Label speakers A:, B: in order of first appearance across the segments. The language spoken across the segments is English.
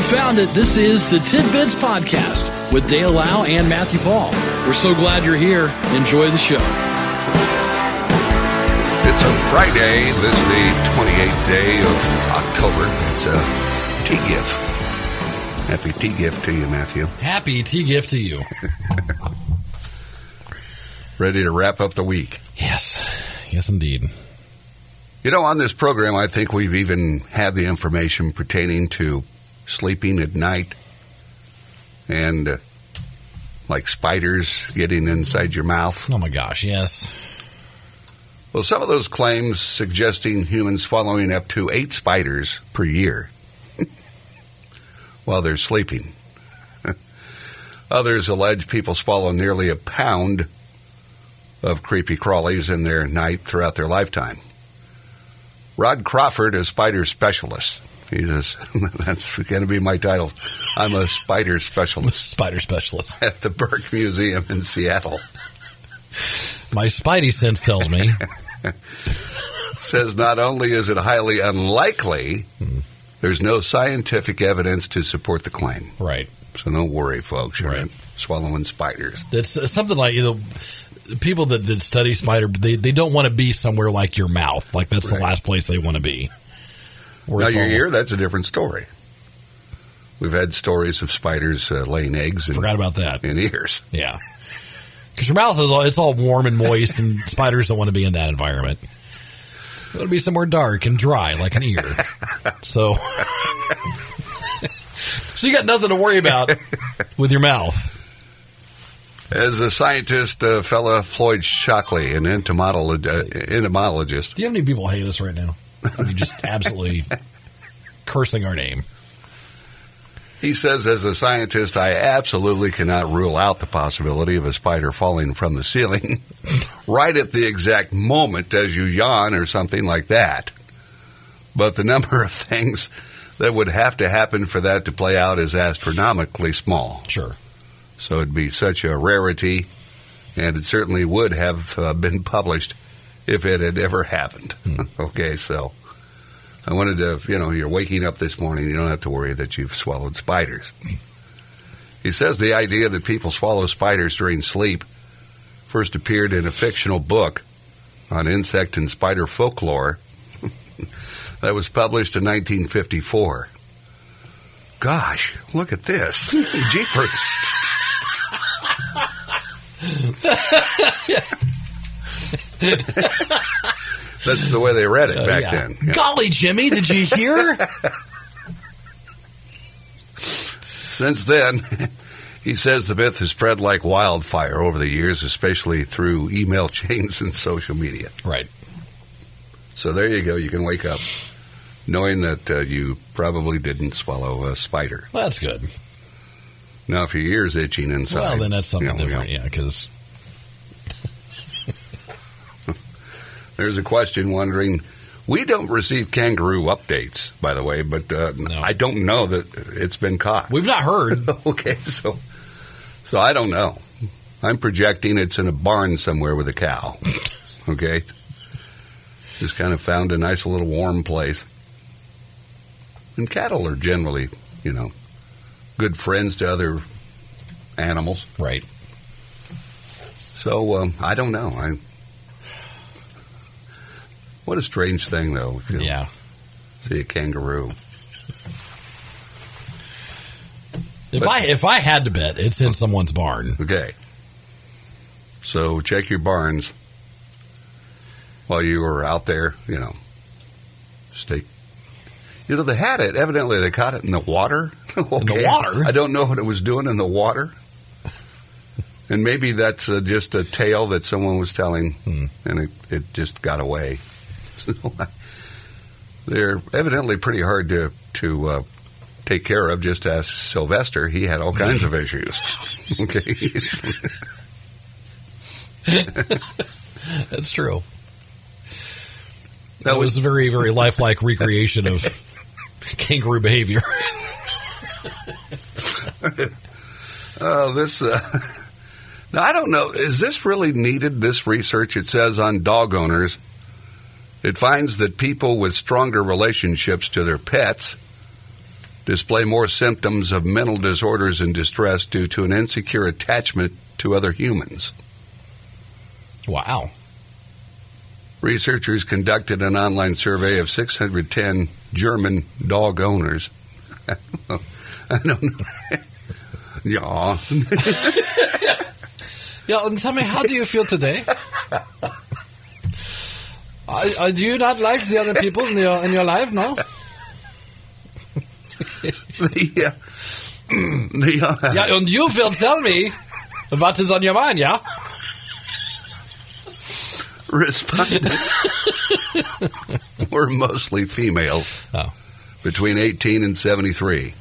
A: found it. This is the Tidbits Podcast with Dale Lau and Matthew Paul. We're so glad you're here. Enjoy the show.
B: It's a Friday. This is the 28th day of October. It's a tea gift. Happy tea gift to you, Matthew.
A: Happy tea gift to you.
B: Ready to wrap up the week.
A: Yes. Yes, indeed.
B: You know, on this program, I think we've even had the information pertaining to sleeping at night and uh, like spiders getting inside your mouth.
A: Oh my gosh, yes.
B: Well, some of those claims suggesting humans swallowing up to eight spiders per year while they're sleeping. Others allege people swallow nearly a pound of creepy crawlies in their night throughout their lifetime. Rod Crawford, a spider specialist. He says, that's going to be my title. I'm a spider specialist
A: Spider specialist.
B: at the Burke Museum in Seattle.
A: My spidey sense tells me.
B: says not only is it highly unlikely, there's no scientific evidence to support the claim.
A: right.
B: So don't worry, folks. You're
A: Right.
B: not swallowing spiders.
A: That's uh, something like, you know, people that, that study spider, they, they don't want to be somewhere like your mouth. Like, that's
B: Right.
A: the last place they want to be. Where
B: Now
A: it's
B: your
A: all-
B: ear, that's a different story. We've had stories of spiders uh, laying eggs in,
A: Forgot about that.
B: in ears.
A: Yeah. Because your mouth is all, it's all warm and moist, and spiders don't want to be in that environment. They want to be somewhere dark and dry, like an ear. So, so you got nothing to worry about with your mouth.
B: As a scientist, uh, fella Floyd Shockley, an entomolog- uh, entomologist,
A: Do you have any people hate us right now? I mean, just absolutely cursing our name.
B: He says, as a scientist, I absolutely cannot rule out the possibility of a spider falling from the ceiling right at the exact moment as you yawn or something like that. But the number of things that would have to happen for that to play out is astronomically small.
A: Sure.
B: So it'd be such a rarity, and it certainly would have uh, been published if it had ever happened. okay, so I wanted to, you know, you're waking up this morning, you don't have to worry that you've swallowed spiders. He says the idea that people swallow spiders during sleep first appeared in a fictional book on insect and spider folklore that was published in 1954. Gosh, look at this. Jeepers. That's the way they read it
A: Uh,
B: back
A: yeah.
B: then. Yeah.
A: Golly, Jimmy, did you hear?
B: Since then, he says the myth has spread like wildfire over the years, especially through email chains and social media.
A: right.
B: So there you go. You can wake up knowing that uh, you probably didn't swallow a spider.
A: Well, that's good.
B: Now, if your ear's itching inside,
A: well, then that's something
B: you know,
A: different.
B: you know.
A: Yeah, because
B: There's a question wondering. We don't receive kangaroo updates, by the way, but uh,
A: No.
B: I don't know that it's been caught.
A: we've not heard.
B: okay, so so I don't know. I'm projecting it's in a barn somewhere with a cow. Okay. Just kind of found a nice little warm place. And cattle are generally, you know, good friends to other animals.
A: Right.
B: So um, I don't know. I what a strange thing though. If you
A: Yeah.
B: see a kangaroo,
A: If
B: But-
A: I if I had to bet, it's in someone's barn.
B: Okay. So check your barns while you were out there, you know. Stay. You know, they had it. Evidently, they caught it in the water. Okay.
A: water?
B: I don't know what it was doing in the water. and maybe that's uh, just a tale that someone was telling
A: Hmm.
B: and it, it just got away. So They're evidently pretty hard to, to uh, take care of. Just ask Sylvester. He had all kinds of issues. Okay.
A: That's true.
B: That was
A: a very, very lifelike recreation of kangaroo behavior.
B: oh this. Uh, now I don't know. Is this really needed? This research it says on dog owners, it finds that people with stronger relationships to their pets display more symptoms of mental disorders and distress due to an insecure attachment to other humans.
A: Wow.
B: Researchers conducted an online survey of 610 German dog owners. I don't know. yeah.
A: Yeah, and tell me, how do you feel today? I, I, do you not like the other people in your in your life now?
B: The, uh, the, uh,
A: Yeah, and you will tell me what is on your mind, yeah?
B: respondents were mostly females
A: Oh.
B: between 18 and 73.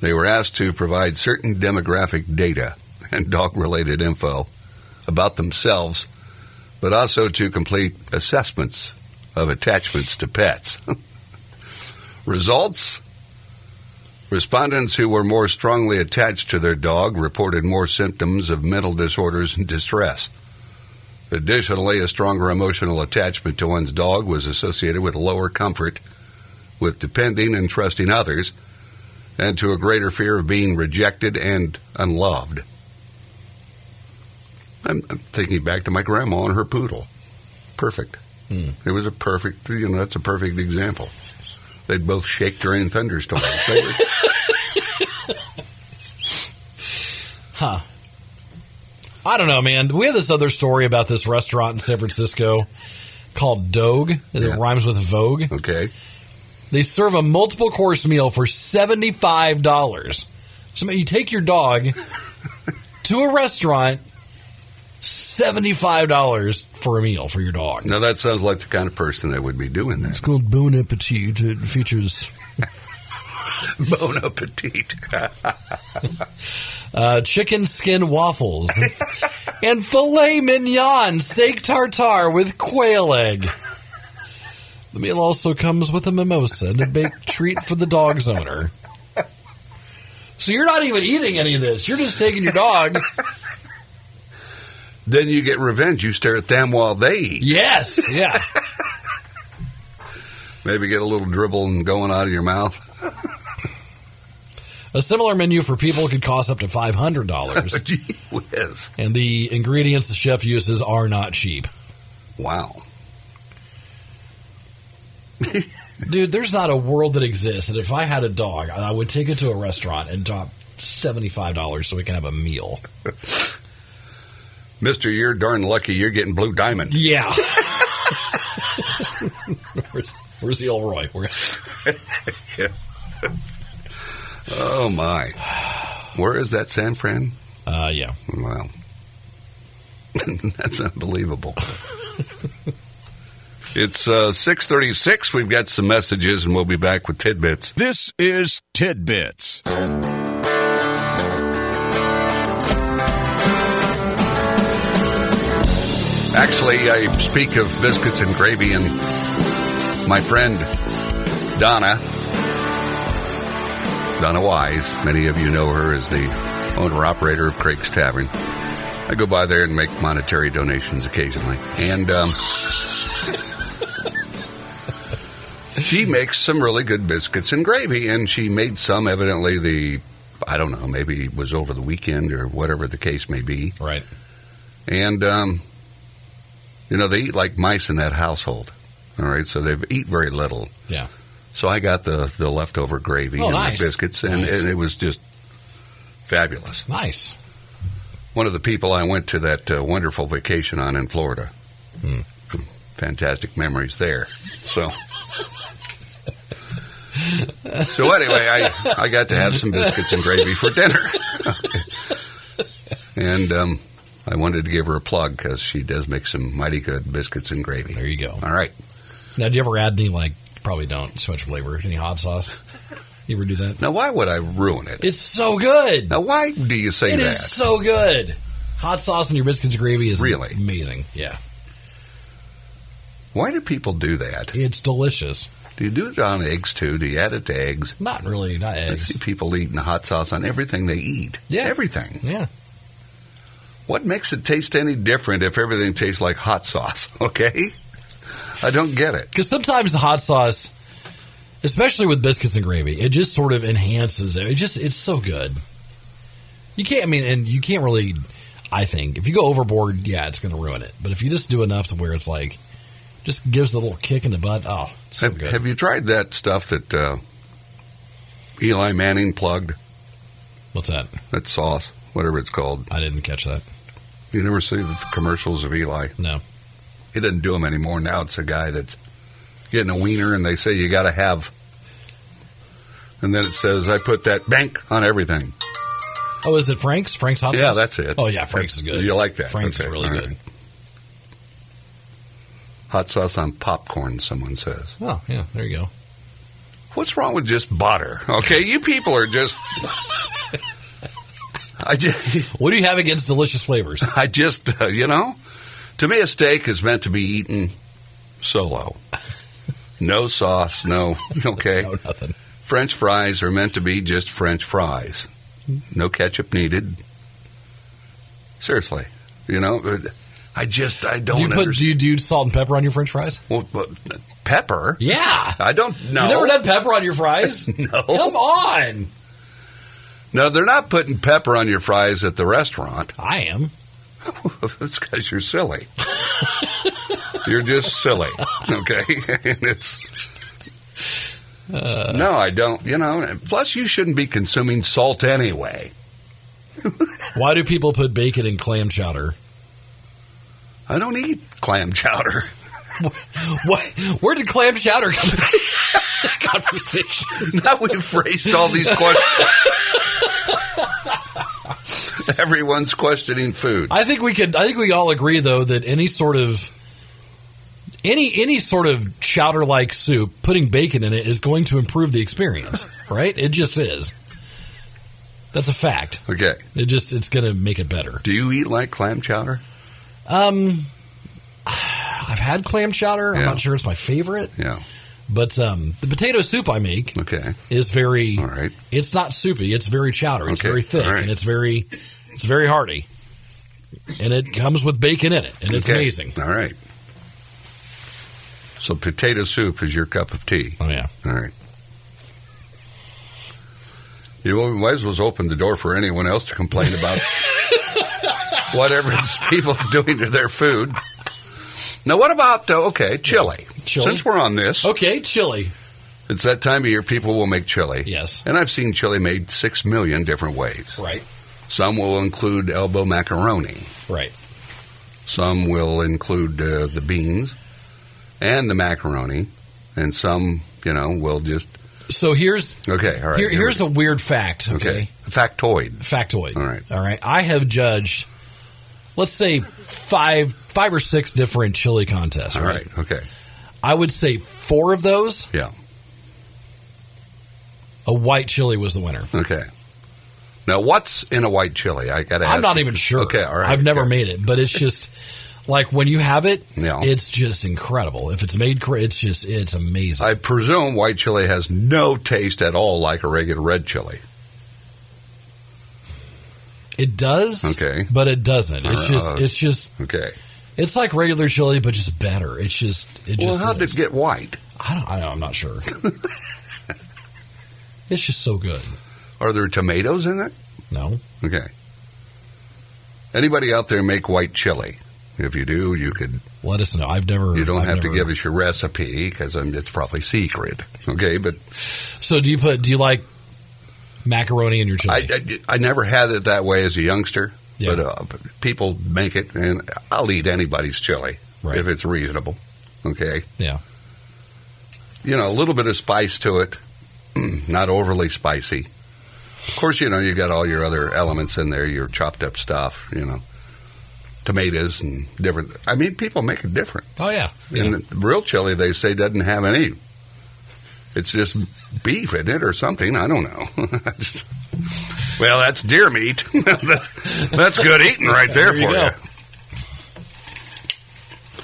B: They were asked to provide certain demographic data and dog related info about themselves, but also to complete assessments of attachments to pets. Results Respondents who were more strongly attached to their dog reported more symptoms of mental disorders and distress. Additionally, a stronger emotional attachment to one's dog was associated with lower comfort, with depending and trusting others, and to a greater fear of being rejected and unloved. I'm I'm thinking back to my grandma and her poodle. Perfect.
A: Hmm.
B: It was a perfect, you know, that's a perfect example. They'd both shake during thunderstorms. They were-
A: Huh. I don't know, man. We have this other story about this restaurant in San Francisco called Dogue that
B: Yeah.
A: rhymes with Vogue.
B: okay.
A: They serve a multiple course meal for seventy five dollars. So you take your dog to a restaurant, seventy five dollars for a meal for your dog.
B: Now that sounds like the kind of person that would be doing that.
A: called Bon Appetit. It features
B: Bon appetit.
A: uh, chicken skin waffles and- and filet mignon steak tartare with quail egg. The meal also comes with a mimosa and a baked treat for the dog's owner. So you're not even eating any of this. You're just taking your dog.
B: then you get revenge. You stare at them while they eat.
A: Yes. Yeah.
B: Maybe get a little dribble and going out of your mouth.
A: A similar menu for people could cost up to five hundred dollars,
B: Gee whiz.
A: and the ingredients the chef uses are not cheap.
B: Wow.
A: Dude, there's not a world that exists, and if I had a dog, I would take it to a restaurant and drop seventy five dollars so we can have a meal.
B: Mister, you're darn lucky you're getting Blue Diamond.
A: Yeah. where's, where's the old Roy? Where-
B: Oh, my. Where is that San Fran?
A: uh, yeah.
B: Wow. That's unbelievable. it's uh, 636. We've got some messages, and we'll be back with tidbits.
C: This is Tidbits.
B: Actually, I speak of biscuits and gravy, and my friend Donna, Donna Wise, many of you know her as the owner operator of Craig's Tavern. I go by there and make monetary donations occasionally. And um, she makes some really good biscuits and gravy, and she made some evidently the, I don't know, maybe it was over the weekend or whatever the case may be.
A: Right.
B: And, um, you know, they eat like mice in that household. All right. So they eat very little.
A: Yeah.
B: So I got the, the leftover gravy
A: Oh,
B: and
A: nice.
B: the biscuits, and,
A: Nice.
B: and it was just fabulous.
A: Nice.
B: One of the people I went to that uh, wonderful vacation on in Florida.
A: Hmm.
B: Fantastic memories there. So. So anyway, I, I got to have some biscuits and gravy for dinner, and um, I wanted to give her a plug because she does make some mighty good biscuits and gravy.
A: There you go.
B: All right,
A: Now, do you ever add any like probably don't so much flavor? Any hot sauce? You ever do that?
B: now why would I ruin it?
A: It's so good.
B: Now why do you say
A: It
B: that?
A: is so good. Hot sauce and your biscuits and gravy is
B: Really?
A: amazing. Yeah,
B: Why do people do that?
A: it's delicious.
B: Do you do it on eggs too? Do you add it to eggs?
A: Not really, not
B: I see
A: eggs.
B: people eating hot sauce on everything they eat.
A: Yeah.
B: Everything.
A: Yeah,
B: What makes it taste any different if everything tastes like hot sauce? Okay? I don't get it.
A: because sometimes the hot sauce especially with biscuits and gravy. It just sort of enhances it. It just it's so good. You can't. I mean, and you can't really. I think if you go overboard, yeah, it's going to ruin it. But if you just do enough to where it's like, just gives a little kick in the butt. Oh, it's so
B: have,
A: good.
B: have you tried that stuff that uh, Eli Manning plugged?
A: What's that?
B: That sauce, whatever it's called.
A: I didn't catch that.
B: You never see the commercials of Eli.
A: No.
B: He doesn't do them anymore. Now it's a guy that's getting a wiener, and they say you got to have. And then it says, "I put that bank on everything."
A: Oh, is it Frank's? Frank's hot sauce.
B: Yeah, that's it.
A: Oh yeah, Frank's is good.
B: You like that?
A: Frank's
B: Okay,
A: is really
B: all
A: good.
B: right. Hot sauce on popcorn. Someone says,
A: Oh yeah, there you go.
B: "What's wrong with just butter?" Okay, you people are just. I just,
A: What do you have against delicious flavors?
B: I just, uh, you know, to me, a steak is meant to be eaten solo. No sauce, no. Okay.
A: No, nothing.
B: French fries are meant to be just French fries. No ketchup needed. Seriously, you know, uh, I just I don't
A: Do you put do
B: understand.
A: you, do you salt and pepper on your French fries?
B: Well, but uh, pepper?
A: Yeah.
B: I don't know.
A: You never done pepper on your fries?
B: No.
A: Come on.
B: No, they're not putting pepper on your fries at the restaurant.
A: I am.
B: That's because you're silly. you're just silly, okay? and it's no, I don't. You know. Plus, you shouldn't be consuming salt anyway.
A: Why do people put bacon in clam chowder?
B: I don't eat clam chowder.
A: What? Where did clam chowder come conversation?
B: Now we've phrased all these questions. Everyone's questioning food.
A: I think we could. I think we all agree though that any sort of any any sort of chowder like soup, putting bacon in it is going to improve the experience, right? It just is. That's a fact.
B: Okay.
A: It just it's going to make it better.
B: Do you eat like clam chowder?
A: Um, I've had clam chowder. I'm
B: Yeah.
A: not sure it's my favorite,
B: Yeah.
A: but um, the potato soup I make
B: Okay.
A: is very.
B: All right.
A: It's not soupy. It's very chowder. It's
B: Okay,
A: very thick
B: all right.
A: and it's very, it's very hearty, and it comes with bacon in it, and it's
B: Okay.
A: amazing.
B: All right. So potato soup is your cup of tea.
A: Oh yeah.
B: All right. You might as well open the door for anyone else to complain about whatever people are doing to their food. Now, what about, uh, okay, chili.
A: Chili.
B: Since we're on this,
A: Okay, chili.
B: it's that time of year people will make chili.
A: Yes.
B: And I've seen chili made six million different ways.
A: Right.
B: Some will include elbow macaroni,
A: Right.
B: some will include uh, the beans and the macaroni, and some, you know, will just,
A: So here's
B: okay, all right.
A: here,
B: here we
A: here's a weird fact.
B: Okay.
A: Okay.
B: Factoid.
A: Factoid.
B: All right.
A: All right. I have judged, let's say five five or six different chili contests.
B: All right. Okay.
A: I would say four of those.
B: Yeah.
A: A white chili was the winner.
B: Okay. Now, what's in a white chili? I got to.
A: I'm not even sure.
B: Okay. All right.
A: I've never
B: Okay.
A: made it, but it's just like when you have it,
B: Yeah.
A: it's just incredible. If it's made, cor- it's just it's amazing.
B: I presume white chili has no taste at all like a regular red chili.
A: it does.
B: Okay.
A: But it doesn't.
B: All
A: It's
B: right,
A: just
B: uh,
A: it's just
B: Okay.
A: it's like regular chili, but just better. It's just it
B: well,
A: just
B: how
A: is.
B: did it get white?
A: I don't, I don't I'm not sure. it's just so good.
B: Are there tomatoes in it?
A: No.
B: Okay. Anybody out there make white chili? If you do, you could.
A: Let us know. I've never.
B: You don't
A: I've
B: have to
A: never-
B: give us your recipe because it's probably secret. Okay, but
A: So do you put? Do you like macaroni in your
B: I,
A: chili?
B: I, I never had it that way as a youngster,
A: Yeah.
B: but uh, people make it, and I'll eat anybody's chili
A: Right.
B: if it's reasonable. Okay,
A: yeah.
B: you know, a little bit of spice to it, Mm, not overly spicy. Of course, you know you got all your other elements in there, your chopped up stuff, you know, tomatoes and different. I mean, people make it different.
A: Oh yeah. Yeah.
B: And the real chili, they say, doesn't have any. It's just beef in it or something. I don't know. well, that's deer meat. That's- that's good eating right there,
A: There you go.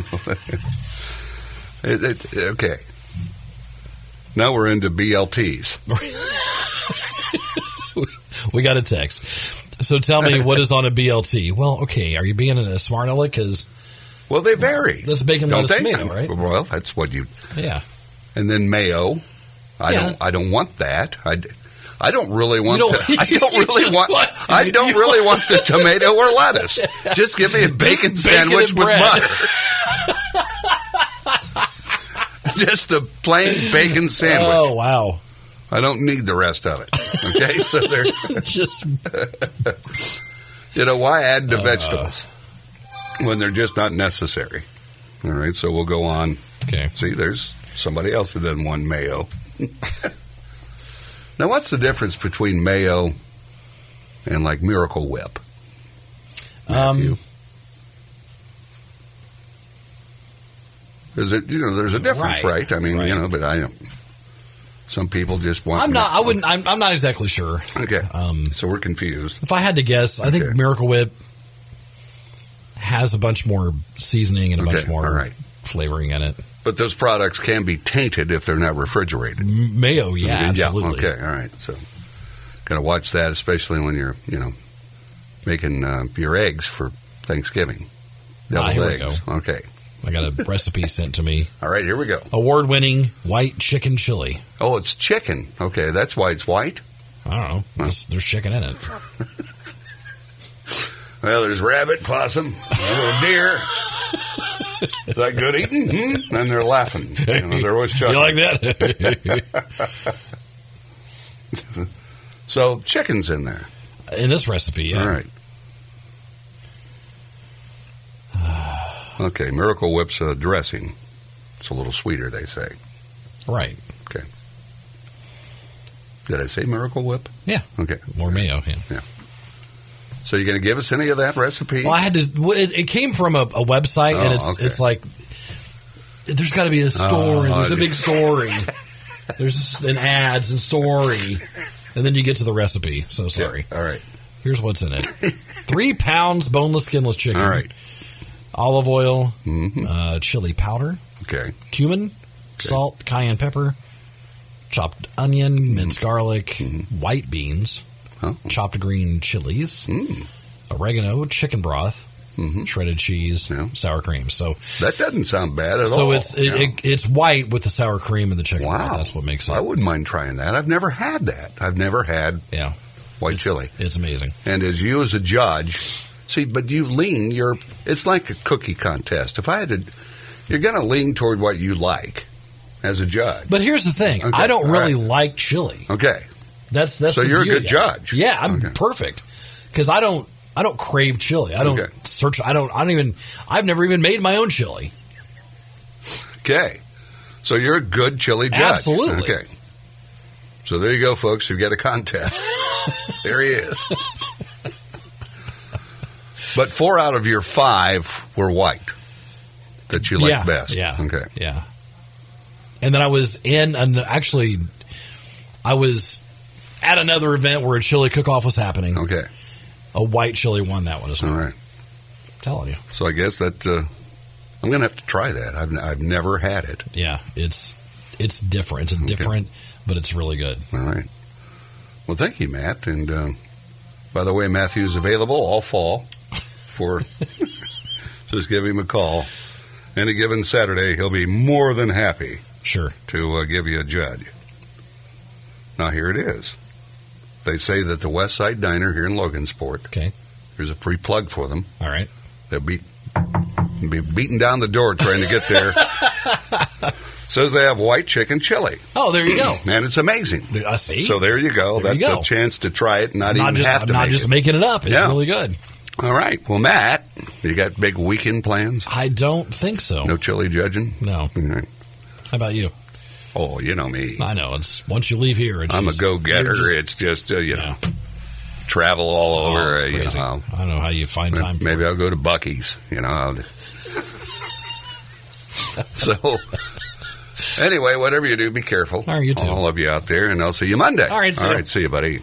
B: for you. It- it- okay. Now we're into BLTs.
A: We got a text. So tell me what is on a BLT? Well, okay. Are you being a smart aleck? Because
B: Well, they vary.
A: That's bacon,
B: don't
A: lettuce,
B: they?
A: tomato, right?
B: Well, that's what you.
A: yeah,
B: And then mayo. I
A: Yeah.
B: don't. I don't want that. I, d- I don't really want.
A: don't-
B: the, I don't
A: you
B: really
A: just
B: want.
A: want-
B: I don't really want the tomato or lettuce. Just give me a bacon,
A: Bacon
B: sandwich
A: and
B: with
A: bread.
B: butter. Just a plain bacon sandwich.
A: Oh wow!
B: I don't need the rest of it. Okay, so there.
A: Just
B: You know why add
A: Uh.
B: the vegetables when they're just not necessary? All right, so we'll go on.
A: okay.
B: See, there's somebody else who doesn't want mayo. now, what's the difference between mayo and like Miracle Whip? Matthew?
A: Um,
B: There's a you know there's a difference, right?
A: Right,
B: I mean,
A: right.
B: you know, but I don't. Some people just want.
A: I'm not. I wouldn't. I'm, I'm not exactly sure.
B: Okay,
A: Um,
B: so we're confused.
A: If I had to guess, I think
B: Okay.
A: Miracle Whip has a bunch more seasoning and a bunch
B: Okay,
A: more
B: all right.
A: flavoring in it.
B: But those products can be tainted if they're not refrigerated.
A: M- Mayo, yeah, absolutely.
B: Okay. All right. So, gotta watch that, especially when you're, you know, making uh, your eggs for Thanksgiving.
A: Ah, here we
B: eggs. Okay.
A: I got a recipe sent to me.
B: All right. Here we go.
A: Award-winning white chicken chili.
B: Oh, it's chicken. Okay, that's why it's white.
A: I don't know. There's, there's chicken in it.
B: Well, there's rabbit, possum, a little deer. Is that good eating? Hmm? And they're laughing. You know, they're always
A: You
B: chuckling.
A: like that?
B: So chicken's in there.
A: in this recipe, yeah.
B: All right. Okay, Miracle Whip's a dressing. It's a little sweeter, they say.
A: Right.
B: Did I say Miracle Whip?
A: Yeah.
B: Okay.
A: More mayo. Yeah.
B: So you're going to give us any of that recipe?
A: Well, I had to. well, It, it came from a, a website,
B: Oh,
A: and it's
B: okay.
A: it's like there's got to be a story.
B: Oh,
A: there's a
B: I
A: big story. there's an ads and story, and then you get to the recipe. So
B: Yeah,
A: sorry.
B: All right.
A: Here's what's in it: three pounds boneless, skinless chicken.
B: All right.
A: Olive oil,
B: Mhm.
A: uh, chili powder,
B: Okay.
A: cumin, salt, cayenne pepper, chopped onion,
B: Mm-hmm.
A: minced garlic, white beans,
B: Oh.
A: chopped green chilies,
B: Mm.
A: oregano, chicken broth.
B: hmm
A: Mm-hmm. Shredded cheese,
B: Yeah.
A: sour cream. So
B: That doesn't sound bad at all.
A: so it's it,
B: Yeah.
A: it, it's white with the sour cream and the chicken.
B: wow.
A: broth. That's what makes it.
B: I wouldn't mind trying that. I've never had that. I've never had
A: yeah,
B: white
A: it's,
B: chili.
A: It's amazing.
B: And as you as a judge, see, but you lean your. It's like a cookie contest. If I had to, you're going to lean toward what you like as a judge.
A: But here's the thing:
B: Okay,
A: I don't
B: all
A: really like chili.
B: Okay.
A: That's that's.
B: So
A: the
B: you're a
A: beauty
B: good
A: of it.
B: judge.
A: Yeah, I'm
B: Okay.
A: perfect because I don't I don't crave chili. I don't
B: Okay.
A: search. I don't. I don't even. I've never even made my own chili.
B: Okay. So you're a good chili judge.
A: Absolutely.
B: Okay. So there you go, folks. You get a contest. there he is. but four out of your five were white that you like
A: yeah,
B: best.
A: Yeah.
B: Okay.
A: Yeah. And then I was in an actually, I was at another event where a chili cook-off was happening.
B: Okay.
A: A white chili won that one as
B: All
A: well.
B: right.
A: I'm telling you.
B: So I guess that uh, I'm going to have to try that. I've, I've never had it.
A: Yeah, it's it's different. It's different, but it's really good.
B: All right. Well, thank you, Matt. And uh, by the way, Matthew's available all fall for. just give him a call. Any given Saturday, he'll be more than happy
A: Sure.
B: to uh, give you a judge. Now, here it is. They say that the West Side Diner here in Logansport,
A: Okay.
B: here's a free plug for them.
A: All right.
B: They'll be, be beating down the door trying to get there. Says they have white chicken chili,
A: Oh, there you go.
B: and it's amazing.
A: I see.
B: So there you go.
A: There
B: That's
A: you go.
B: a chance to try it. Not,
A: I'm not
B: even
A: just
B: have
A: I'm
B: to
A: not
B: make
A: just
B: it.
A: making it up. It's
B: Yeah.
A: really good.
B: All right. Well, Matt, you got big weekend plans?
A: I don't think so.
B: No chili judging?
A: No.
B: All right.
A: How about you?
B: Oh, you know me.
A: I know. It's once you leave here, it's
B: I'm a
A: just-
B: go getter.
A: you're just-
B: It's just uh, you know,
A: Yeah.
B: travel all
A: Oh,
B: over.
A: it's
B: uh, you
A: crazy.
B: know,
A: I don't know how you find time.
B: maybe I'll go to Bucky's. You know. I'll... so. Anyway, whatever you do, be careful.
A: All right, you too.
B: All of you out there, and I'll see you Monday.
A: All right, see
B: all
A: ya.
B: right, see you, buddy.